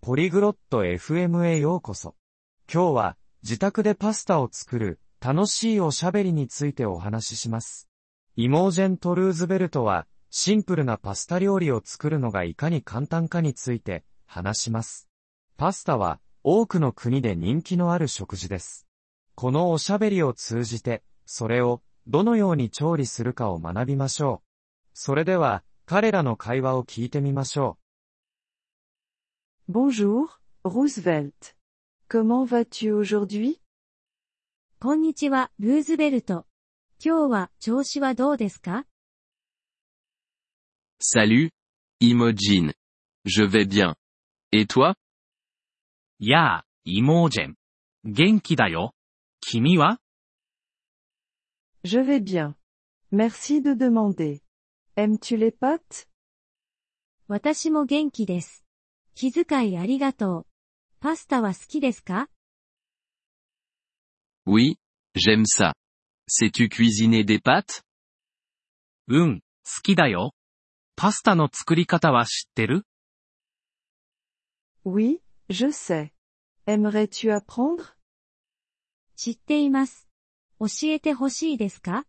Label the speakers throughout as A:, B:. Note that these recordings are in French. A: ポリグロット FM へようこそ。今日は自宅でパスタを作る楽しいおしゃべりについてお話しします。イモージェント・ルーズベルトはシンプルなパスタ料理を作るのがいかに簡単かについて話します。パスタは多くの国で人気のある食事です。このおしゃべりを通じて、それをどのように調理するかを学びましょう。それでは、彼らの会話を聞いてみましょ
B: う。Bonjour, Roosevelt. Comment vas-tu aujourd'hui?
C: こんにちは、ルーズベルト。今日は調子はどうですか
D: Salut, Imogen. Je vais bien. Et toi?
E: やあ、イモージェン。元気だよ。君は
B: Je vais bien. Merci de demander. Aimes-tu les pâtes?
C: 私も元気です。気遣いありがとう。パスタは好きですか
D: Oui, j'aime ça. Sais-tu cuisiner des pâtes?
E: うん、好きだよ。パスタの作り方は知ってる
B: Oui, je sais. Aimerais-tu apprendre?
C: 知っています。教えてほしいですか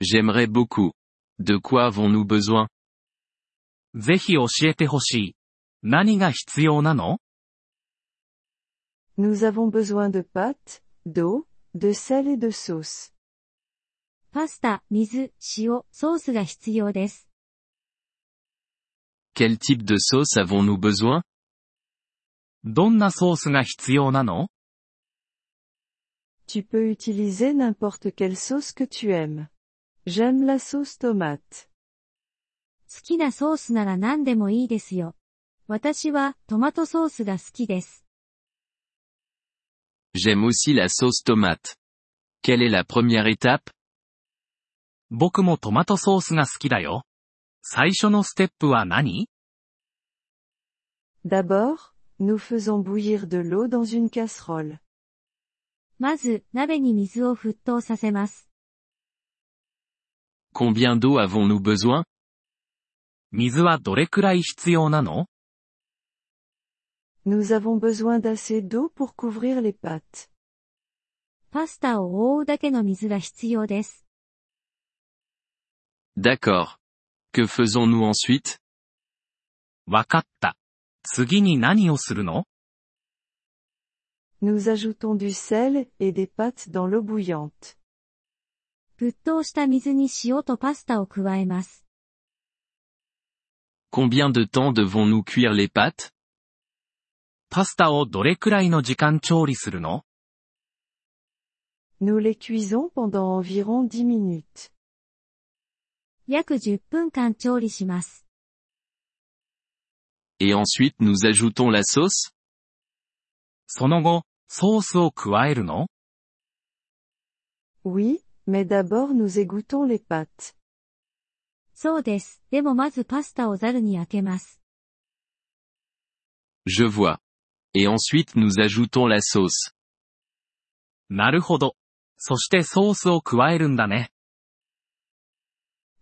D: J'aimerais beaucoup. De quoi avons-nous besoin?
E: ぜひ教えてほしい。何が必要なの
B: Nous avons besoin de pâtes, d'eau, de sel et de sauce.
C: パスタ、水、塩、ソースが必要です。
D: Quel type de sauce avons-nous besoin?
E: どんなソースが必要なの
B: Tu peux utiliser n'importe quelle sauce que tu aimes. J'aime la sauce tomate.
C: 好きなソースなら何でもいいですよ。私はトマトソースが好きです。
D: J'aime aussi la sauce tomate. Quelle est la première étape?
E: 僕もトマトソースが好きだよ。最初のステップは何
B: D'abord, nous faisons bouillir de l'eau dans une casserole.
C: まず、鍋に水を沸騰させます。
D: Combien d'eau avons-nous besoin?
E: 水はどれくらい必要なの
B: Nous avons besoin d'assez d'eau pour couvrir les pâtes.
C: パスタを覆うだけの水が必要です。
D: D'accord. Que faisons-nous ensuite?
E: わかった。次に何をするの
B: Nous ajoutons du sel et des pâtes dans l'eau bouillante.
C: 沸騰した水に塩とパスタを加えます。
D: Combien de temps devons-nous cuire les pâtes?
E: パスタをどれくらいの時間調理するの
B: Nous les cuisons pendant environ 10 minutes.
C: 約10分間調理します。
D: Et ensuite nous ajoutons la sauce?
E: その後、ソースを加えるの
B: Oui, mais d'abord nous égouttons les pâtes.
C: そうです。でもまずパスタをザルに開けます。
D: Je vois. Et ensuite nous ajoutons la sauce.
E: なるほど。そしてソースを加えるんだね。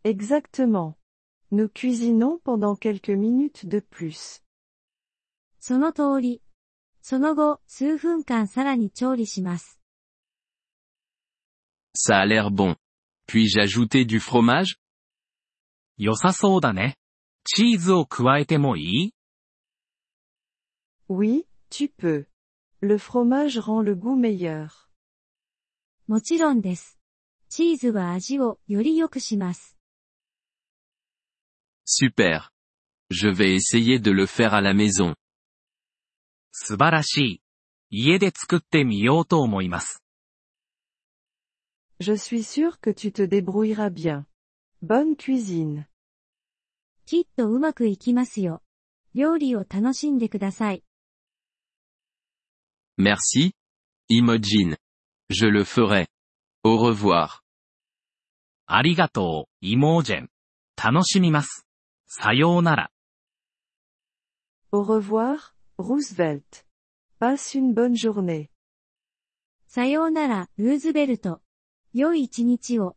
B: Exactement. Nous cuisinons pendant quelques minutes de plus.
C: その通り。その後、数分間さらに調理します。
D: Ça a l'air bon. Puis-je ajouter du fromage?
E: 良さそうだね。チーズを加えてもいい
B: Oui, tu peux. Le fromage rend le goût meilleur.
C: もちろんです。チーズは味をより良くします。
D: Super. Je vais essayer de le faire à la maison.
E: 素晴らしい。家で作ってみようと思います。
B: Je suis sûr que tu te débrouilleras bien. Bonne cuisine.
C: きっとうまくいきますよ。料理を楽しんでください。
D: Merci, Imogen. Je le ferai. Au revoir.
E: ありがとう、イモージェン。楽しみます。さようなら。
B: Au revoir, Roosevelt. Passe une bonne journée.
C: さようなら、ルーズベルト。良い一日を。